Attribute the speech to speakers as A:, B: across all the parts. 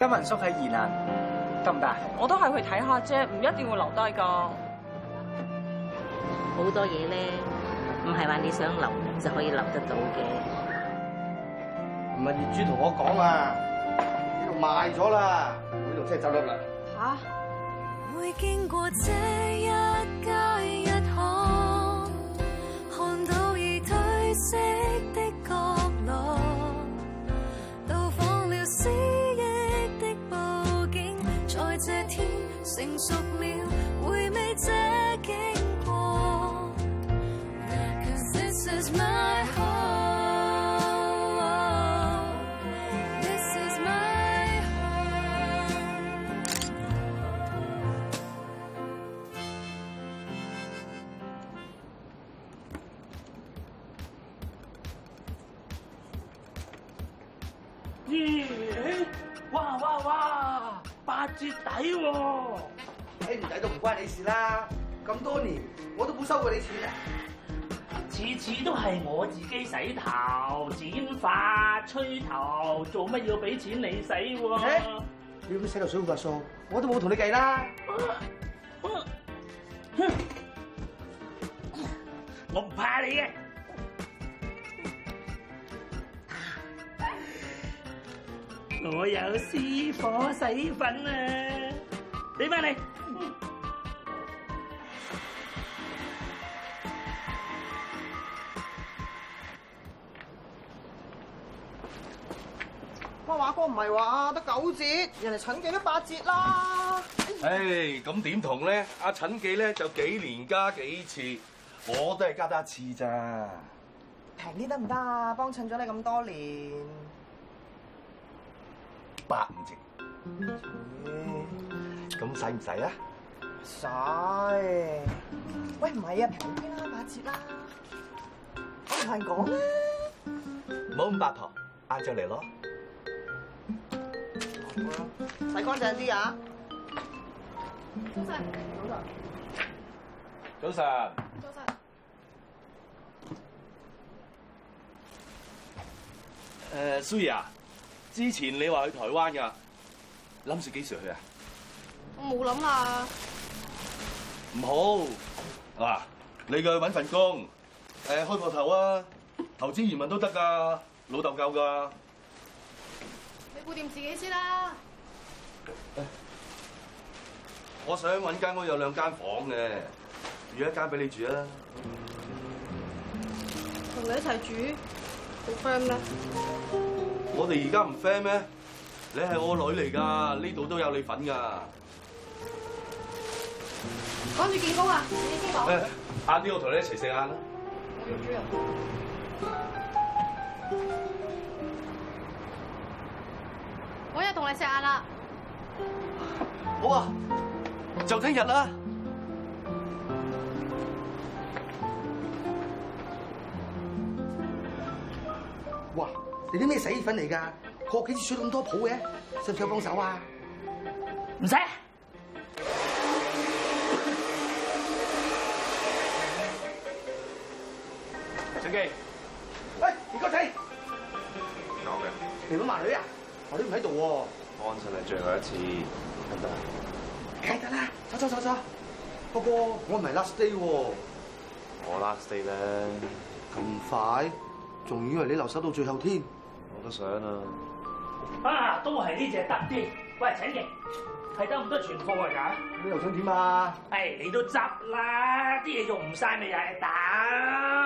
A: 金民宿喺宜蘭，得唔得啊？
B: 我都係去睇下啫，唔一定會留低㗎。
C: 好多嘢咧，唔係話你想留就可以留得到嘅。
D: 唔係業主同我講啊，呢度賣咗啦，呢度真係執笠啦。
B: 吓？
E: 會經過這一街一巷，看到已褪色的角落，到訪了思憶的布景，在這天成熟了，回味這經過。Cause this is my home. This is my home.
F: 耶！哇哇哇，八折抵喎、
D: 睇哎唔睇到唔關你事啦，咁多年我都冇收過你錢啊。
F: 次次都係我自己洗頭、剪髮、吹頭，做乜要俾錢你使喎、
D: 誒你咁寫到水份數，我都冇同你計啦。
F: 哼我唔怕你嘅。我有私火洗粉啊！俾翻你。
G: 哇！華哥唔係話得九折，人哋陳記都八折啦。
H: 唉，咁點同咧？阿陳記咧就幾年加幾次，我都係加得一次咋。
G: 平啲得唔得啊？幫襯咗你咁多年，
H: 八五折，
G: 嗯
H: 咁使唔啊使啊？
G: 使？喂，唔係啊，平啲啦，八折啦。我同人講啦，
H: 唔好咁八婆，晏晝嚟咯。
G: 洗乾淨啲啊！
H: 早晨。誒，Sue 啊，之前你話去台灣㗎，諗住幾時去啊？
I: 我冇諗啊啦，
H: 唔好嗱，你過去揾份工，誒開鋪頭啊，投資移民都得㗎，老豆教㗎。
I: 你顧掂自己先啦。
H: 我想揾間屋有兩間房嘅，預一間俾你住啊！
I: 同你一齊住，好 friend 啊咩？
H: 我哋而家唔 friend 咩？你係我女嚟㗎，呢度都有你份㗎。
I: 趕住見工啊！你先講。
H: 誒，晏啲我同你一齊食晏啦。
I: 我要豬啊！我又同你食晏啦，
H: 好啊，就聽日啦。
D: 哇！你啲咩洗粉嚟㗎？個幾次水咁多泡嘅，使唔使我幫手啊？
F: 唔使。
H: 陳記，
D: 喂，唔該仔，
H: 有嘅，
D: 你揾埋女啊？我都唔喺度
H: 安神係最後一次，得唔得？
D: 喎。梗係得啦，走走走走。不過我唔係 last day 喎。
H: 我 last day 咧，
D: 咁快，仲以為你留守到最後添。
H: 我都想啊。
F: 啊，都係呢只得啲。喂，陳記，係得咁多存貨㗎咋？
D: 你又想點啊？
F: 係你都執啦，啲嘢用唔晒咪又係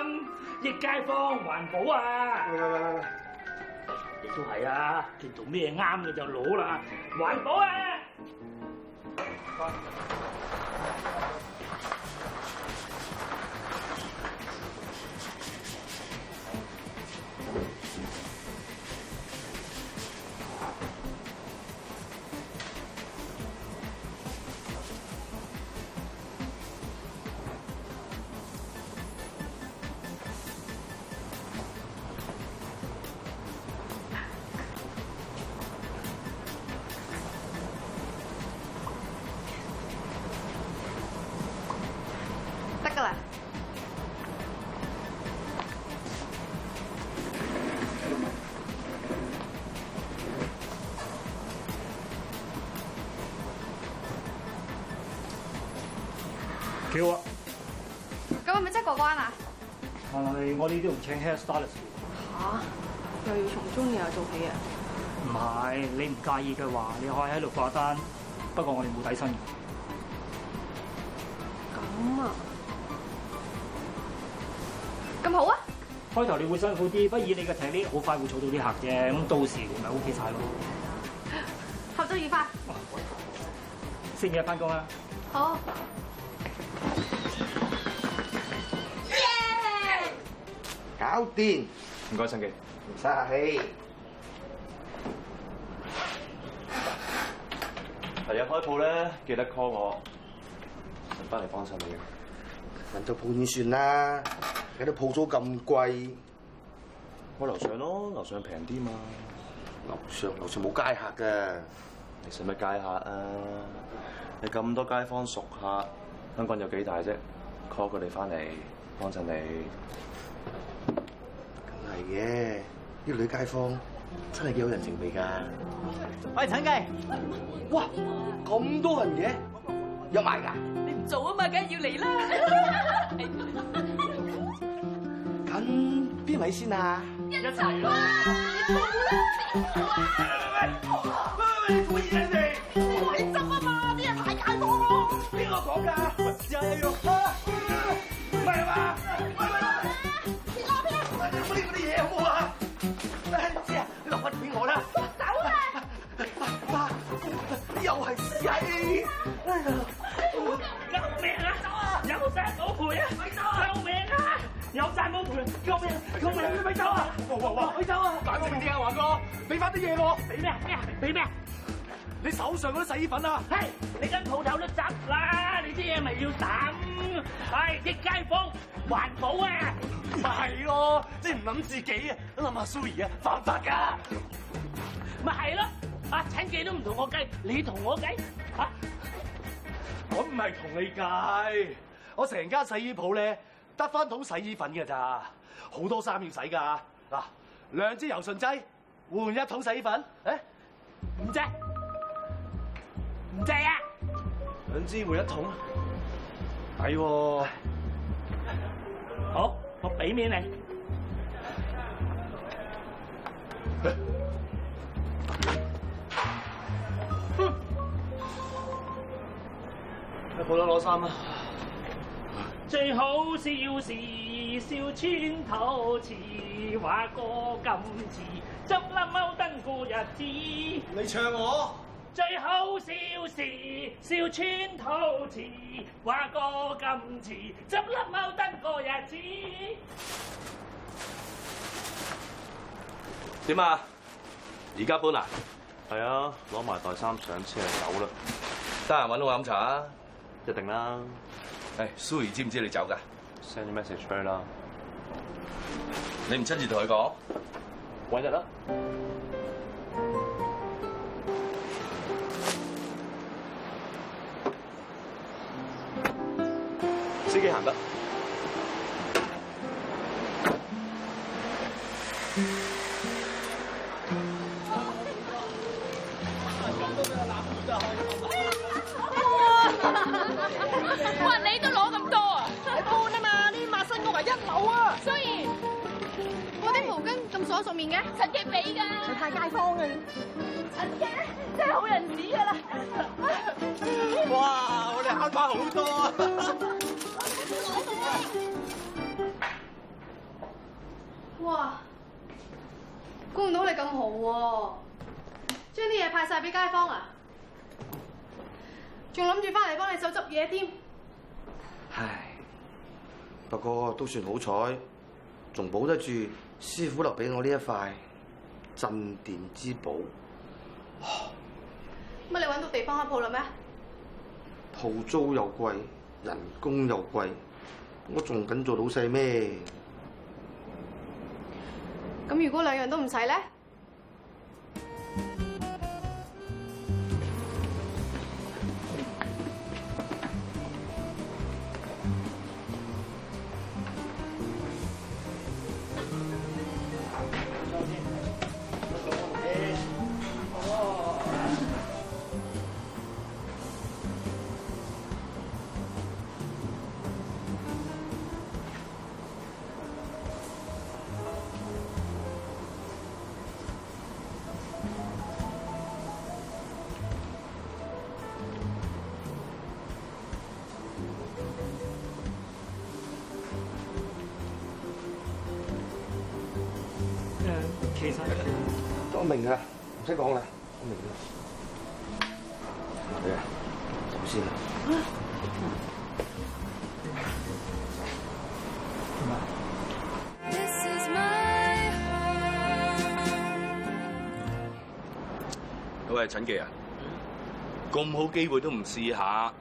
F: 抌，益街坊環保啊！
D: 喂喂喂喂喂！
F: 你都係啊，見到咩啱嘅就攞啦，環保啊！
I: 得㗎啦。
D: Ê,
J: 幾好啊！
I: 咁係咪真係過關啊？
J: 但係我呢啲唔請 hairstylist，
I: 嚇！又要從中又有做起啊！
J: 唔係你唔介意嘅話，你可以喺度掛單，不過我哋冇底薪嘅。
I: 咁啊，咁好啊！
J: 開頭你會辛苦啲，不過以你嘅體力，好快會儲到啲客嘅，咁到時咪 OK 晒咯。
I: 合作愉快，
J: 星期一翻工啦。
I: 好。
H: 搞掂，
A: 唔該，新記。
H: 唔使
D: Dạ,
H: 客氣。
D: 第日開鋪咧，記得 call 我，順翻嚟幫襯你嘅。
H: 問到鋪點算啦？而家啲鋪租咁貴，
D: 我樓上咯，樓上平啲嘛。
H: 樓上樓上冇街客㗎。
D: à. 你使乜街客啊？你咁多街坊熟客，香港有幾大啫？call 佢哋翻嚟幫襯你。
H: 梗係嘅，啲女街坊真係幾有人情味㗎。
K: 喂，陳記，
H: 哇，咁多人嘅，入埋㗎，
B: 你唔做啊嘛，梗係要你啦。
H: 咁邊位先啊？
F: 啊啊哎啊救命啊！有晒冇賠啊！救命啊！有晒冇賠！救命！救命！咪走啊！哇哇哇！咪走啊！冷靜啲啊，華哥，俾翻啲嘢我。俾咩？咩？俾咩？你手上嗰啲洗衣粉啊！嘿，你間鋪頭都執啦，你啲嘢咪要抌。唉，益街坊環保啊！咪係咯，你唔諗自己啊，諗下 Suri 啊，犯法㗎。咪係咯，啊陳記都唔同我計，你同我計啊！
J: 我唔係同你計，我成間洗衣鋪咧得翻桶洗衣粉嘅咋，好多衫要洗㗎。嗱，兩支柔順劑換一桶洗衣粉，誒
F: 唔制，唔制啊！
D: 兩支換一桶，啊哎抵喎！
F: 好，我俾面你。
D: 去鋪頭攞衫啦。啊
F: 最好笑是笑穿透似話過今次，執笠踎登過日子。
H: 你唱我。
F: 最好笑是笑穿透似話過今次，執笠踎登過日子。
D: 點啊？而家搬啊？係啊，攞埋袋衫上車就走啦。得閒揾我飲茶啊？一定啦。誒，Suri 知唔知你走㗎？send 咗 message 出去啦。你唔親自同佢講？揾日啦。司機行得。
I: 哇！你都攞咁多啊？
K: 喺搬啊嘛，呢啲抹身屋係一樓啊，
I: 雖然我啲毛巾咁鎖熟面嘅，陳記俾㗎。
K: 你太街坊啊嘅。
I: 陳記真係好人子㗎啦。
H: 哇！我哋慳翻好多啊！
I: 哇！估唔到你咁豪喎、將啲嘢派晒俾街坊啊！仲諗住翻嚟幫你手執嘢添。
H: 唉，不過都算好彩，仲保得住師傅留俾我呢一塊鎮店之寶。
I: 乜你揾到地方開鋪啦咩？
H: 鋪租又貴，人工又貴，我仲緊做老細咩？
I: 咁如果兩樣都唔使咧？
H: 我明啊，唔使講啦，我明啦。你啊，走先啦。
E: This is my home.
D: 喂，陳記啊，咁好機會都唔試下，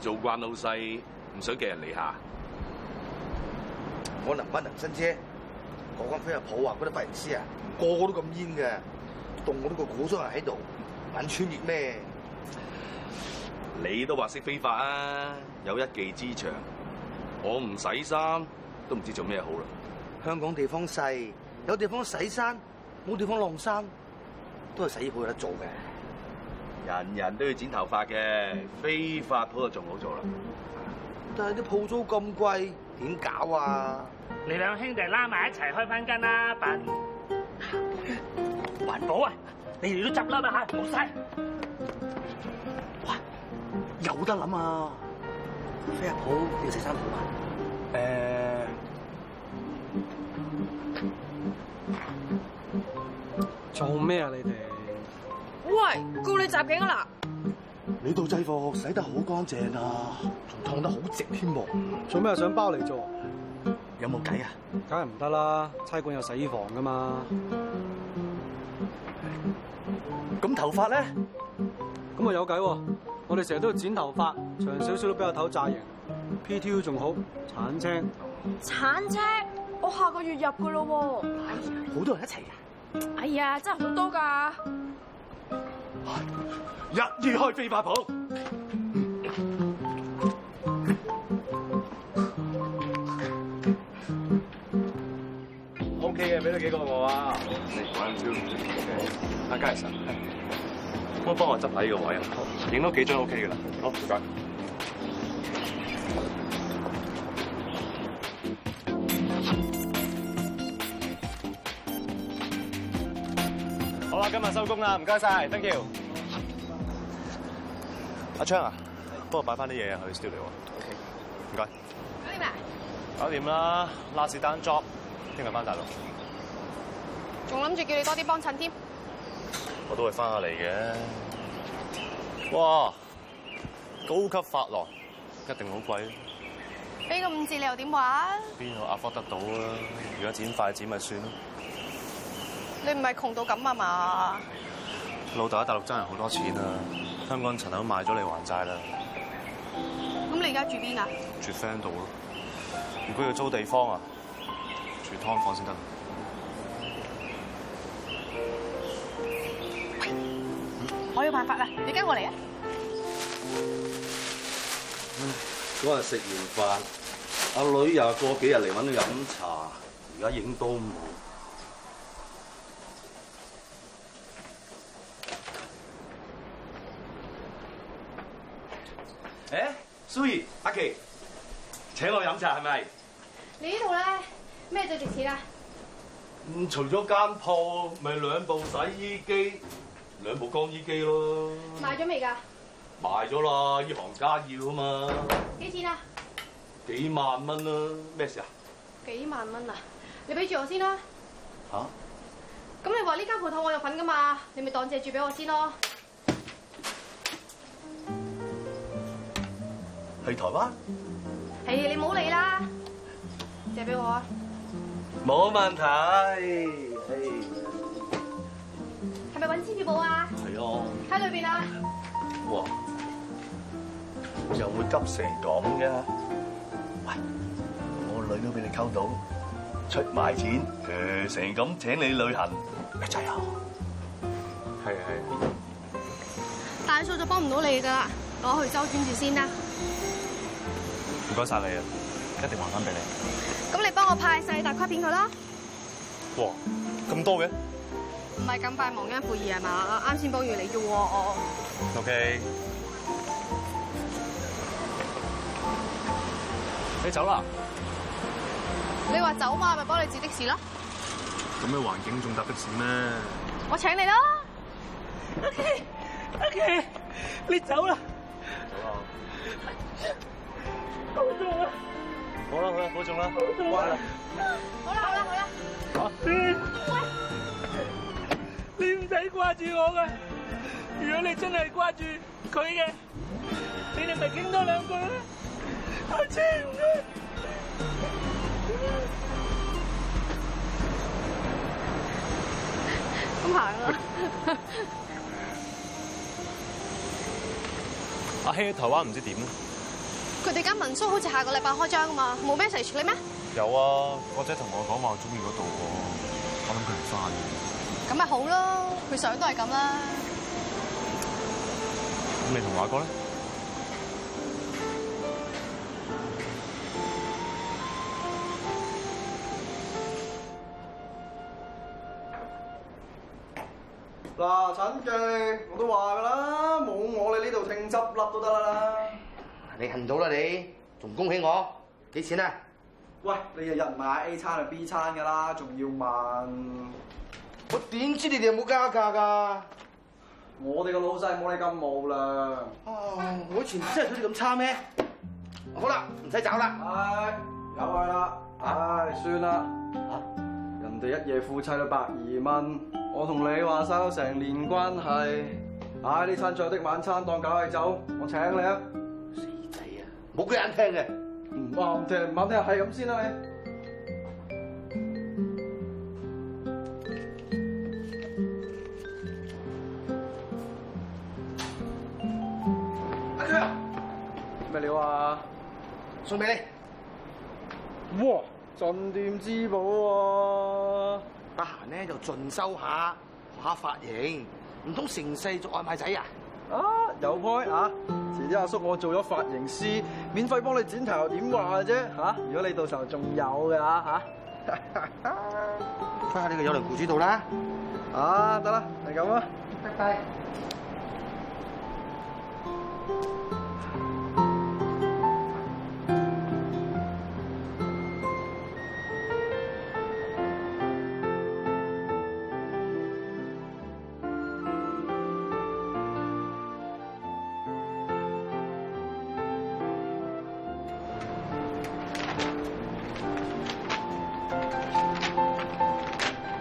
D: 做慣老細，唔想寄人籬下。
H: 我能不能伸啫？嗰間飛入鋪啊，嗰啲髮型師啊，個個都咁煙嘅，凍我呢個古裝人喺度，揾穿越咩？
D: 你都話識飛法啊，有一技之長。我唔洗衫都唔知做咩好啦。
H: 香港地方細，有地方洗衫，冇地方晾衫，都係洗衣鋪有得做嘅。
D: 人人都要剪頭髮嘅，飛髮鋪就仲好做啦。
H: 但係啲鋪租咁貴，點搞啊？
F: 你兩兄弟拉埋一齊開翻間啦，笨！環保啊，你哋都執笠啦嚇，冇晒。
H: 嗯
L: 有得諗啊！飛入好要洗衫鋪啊！
M: 誒、
K: 做咩啊你哋？
B: 喂，告你襲警啊
M: 你套制服洗得好乾淨啊，仲燙得好直添喎。
K: 做咩又啊想包嚟做？
M: 有冇計啊？
K: 梗係唔得啦，差館有洗衣房噶嘛。
M: 咁頭髮咧？
K: 咁啊有計喎！我哋成日都要剪頭髮，長少少都比較頭炸型。PTU 仲好，鏟青。
B: 嗱！鏟車，我下個月入噶咯
M: 好多人一齊
B: 喎。哎呀，真係好多㗎！
M: 一於開飛髮鋪。
D: O K 嘅，俾咗幾個我啊。阿佳神，可唔可以幫我執喺個位啊？影多幾張 O K 嘅啦。好，唔該。
N: 好啦，今日收工啦，唔該晒，thank you。
D: 阿昌啊，幫我擺翻啲嘢去 studio 啊。O K，唔該。
I: 啊
N: 搞掂啦，拉士單 job，聽日翻大陸，
I: 仲諗住叫你多啲幫襯添。
N: 我都會翻下嚟嘅。哇，高級髮廊一定好貴，
I: 俾個五字你又點話？
N: 邊度 afford 得到啊？如果剪快剪咪算咯。
I: 你唔係窮到咁啊嘛？
N: 老豆喺大陸真係好多錢啊，香港層樓賣咗你還債啦，
I: 咁你而家住邊啊？
N: 住 friend 度咯。如果要租地方啊，住劏房先得。
I: 我有辦法啦，你跟我嚟啊！
D: 嗰日食完飯，阿女又過幾日嚟揾我飲茶，而家影都冇。
M: 誒，Sue，阿琪，請我飲茶係咪？
I: 你呢度咧咩最值錢啊？
D: 咁嗯除咗間鋪，咪兩部洗衣機，兩部乾衣機咯。
I: 買咗未㗎？
D: 賣咗啦，依行家要啊嘛，
I: 幾錢啊？
D: 幾萬蚊啦，咩事啊？
I: 幾萬蚊啊！你俾住我先啦。
D: 嚇、
I: 咁你話呢間鋪頭我有份㗎嘛？你咪當借住俾我先咯。
D: 去台灣？
I: 唉，你唔好理啦，借俾我啊！
D: 冇問題。係
I: 係咪揾支票簿啊？
D: 啊，
I: 喺裏邊啊！
D: 哇！又會急成咁嘅。喂，我女都俾你溝到，出埋錢，誒成咁請你旅行，咪仔啊！係係。
I: 大數就幫唔到你㗎啦，攞去周轉住先啦。
N: 唔該晒你啊，一定還翻俾你。
I: 咁你幫我派細沓卡片佢啦，
N: 哇，咁多嘅
I: 唔係咁快忘恩負義係啊嘛？哦啱先幫完你啫喎。
N: ？OK，你走啦。
I: 你話走嘛，咪幫你截的士咯。
N: 咁嘅環境仲搭的士咩？
I: 我請你啦。
F: 阿奇，你走啦，
N: 啊
F: 好凍啊！
N: 好啊啦好啦，保重啦。
F: 好啦
I: 好啦好啦好啦。
N: 嚇
I: 喂，
O: 你唔使掛住我噶。如果你真係掛住佢嘅，你哋咪傾多兩句啦。我知唔知？
I: 咁行啊啦。
P: 阿希喺台灣唔知點啊咧？
I: 佢哋間民宿好似下個禮拜開張啊嘛，冇 message 你咩？
P: 有啊，個姐同我講話我中意嗰度喎，我諗佢唔翻嘅。
I: 咁咪好咯，佢想都係咁啦。
P: 咁你同華哥咧？
K: 嗱，陳記，我都話㗎啦，冇我你呢度聽執笠都得啦。
H: 你恨到啦你，仲恭喜我？幾錢啊？
K: 喂，你日日買 A 餐定 B 餐㗎啦，仲要問？
H: 我點知你哋有冇加價㗎？
K: 我哋個老細冇你咁無良。
H: 啊，我以前真係對你咁差咩？好啦，唔使找啦。
K: 唉，有佢啦，唉，算啦。嚇，人哋一夜夫妻都百二蚊，我同你話生咗成年關係。唉，呢餐最後的晚餐當搞係酒，我請你啊！死仔啊，
H: 冇佢眼聽嘅，
K: 唔啱聽唔啱聽，係咁先啦你。
H: 阿 Sir，
K: 咩料啊？
H: 送俾你。
K: 哇！鎮店之寶喎、啊，
H: 得閒咧就進修下，學下髮型，唔通成世做外賣仔啊？
K: 啊有 point 啊！遲啲阿叔我做咗髮型師，免費幫你剪頭點話啫嚇？如果你到時候仲有嘅啊嚇嚇，
H: 睇下呢個有良僱主度啦。
K: 啊得啦，係咁啊，拜拜。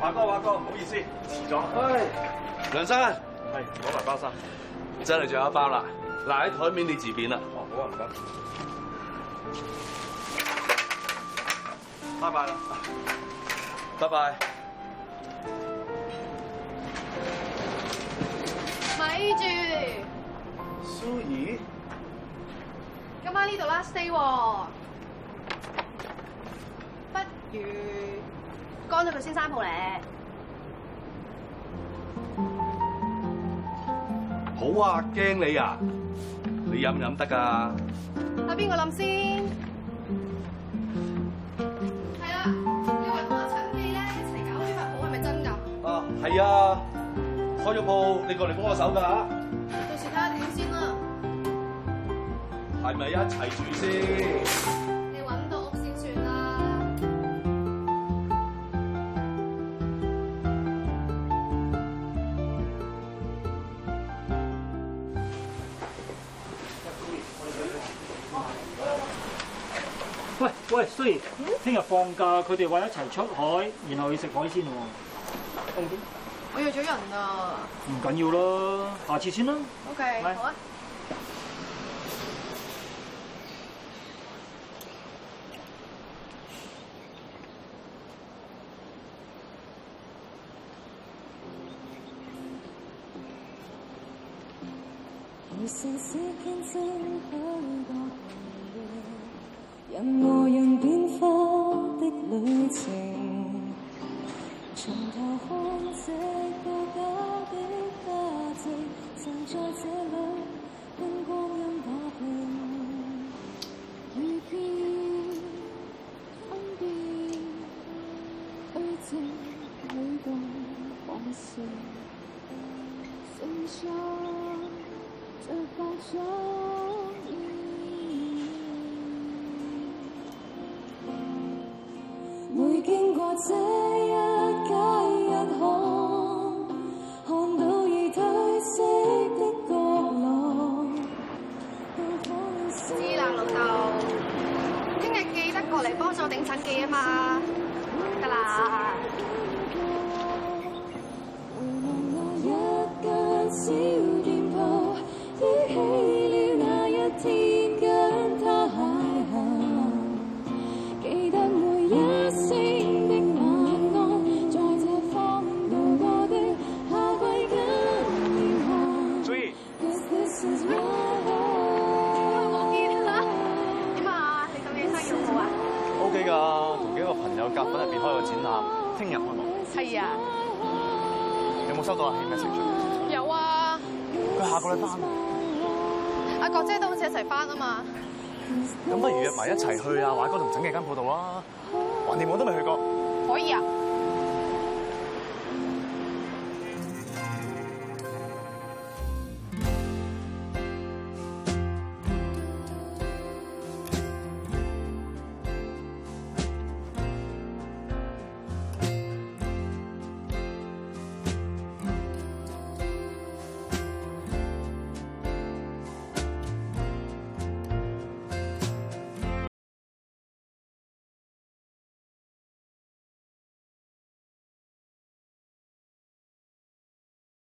D: 華哥，華哥，唔好意思，遲咗。梁生，啊係攞埋包衫，真係最後一包啦。嗱喺台面你自便啦。哦，好啊，唔該。拜拜啦，拜拜。
I: 咪住，
D: 蘇怡，
I: 今晚呢度啦，stay 喎。不如乾咗佢先生鋪咧。
D: 好啊，驚你啊！你飲唔飲得㗎？
I: 睇邊個諗先？係啦，你話同阿陳記咧一齊搞呢份鋪係咪真㗎？
D: 啊，係啊，開咗鋪，你過嚟幫我手㗎嚇。
I: 到時睇下點先啦。
D: 係咪一齊住先？
I: 你揾到屋先算啦。
Q: 喂喂，雖然聽日放假，佢哋話一齊出海，然後去食海鮮喎，
I: 我約咗人啊。
Q: 唔緊要啦，下次先啦。
I: OK，好啊。
E: 如城市見證許多紅葉，任何人變化的旅程，從頭看這個家的價值，曾在這裏跟光陰打拼，遇見分辨，虛靜每動往事，成長。最放手每經過這一街一巷，看到已褪色的角落。
I: 知啦，老豆。聽日記得過嚟幫手頂陳記啊嘛。得啦。
E: 回望
I: 啊
D: O K 噶，啊同幾個朋友夾粉入邊開個展覽，聽日開幕。
I: 係啊，
D: 有冇收到阿喜 message？
I: 有啊，
D: 佢下個禮拜翻，
I: 阿國姐都好似一齊翻啊嘛。
D: 咁不如約埋一齊去啊華哥同陳嘅間鋪度啊！橫掂我都未去過，
I: 可以啊。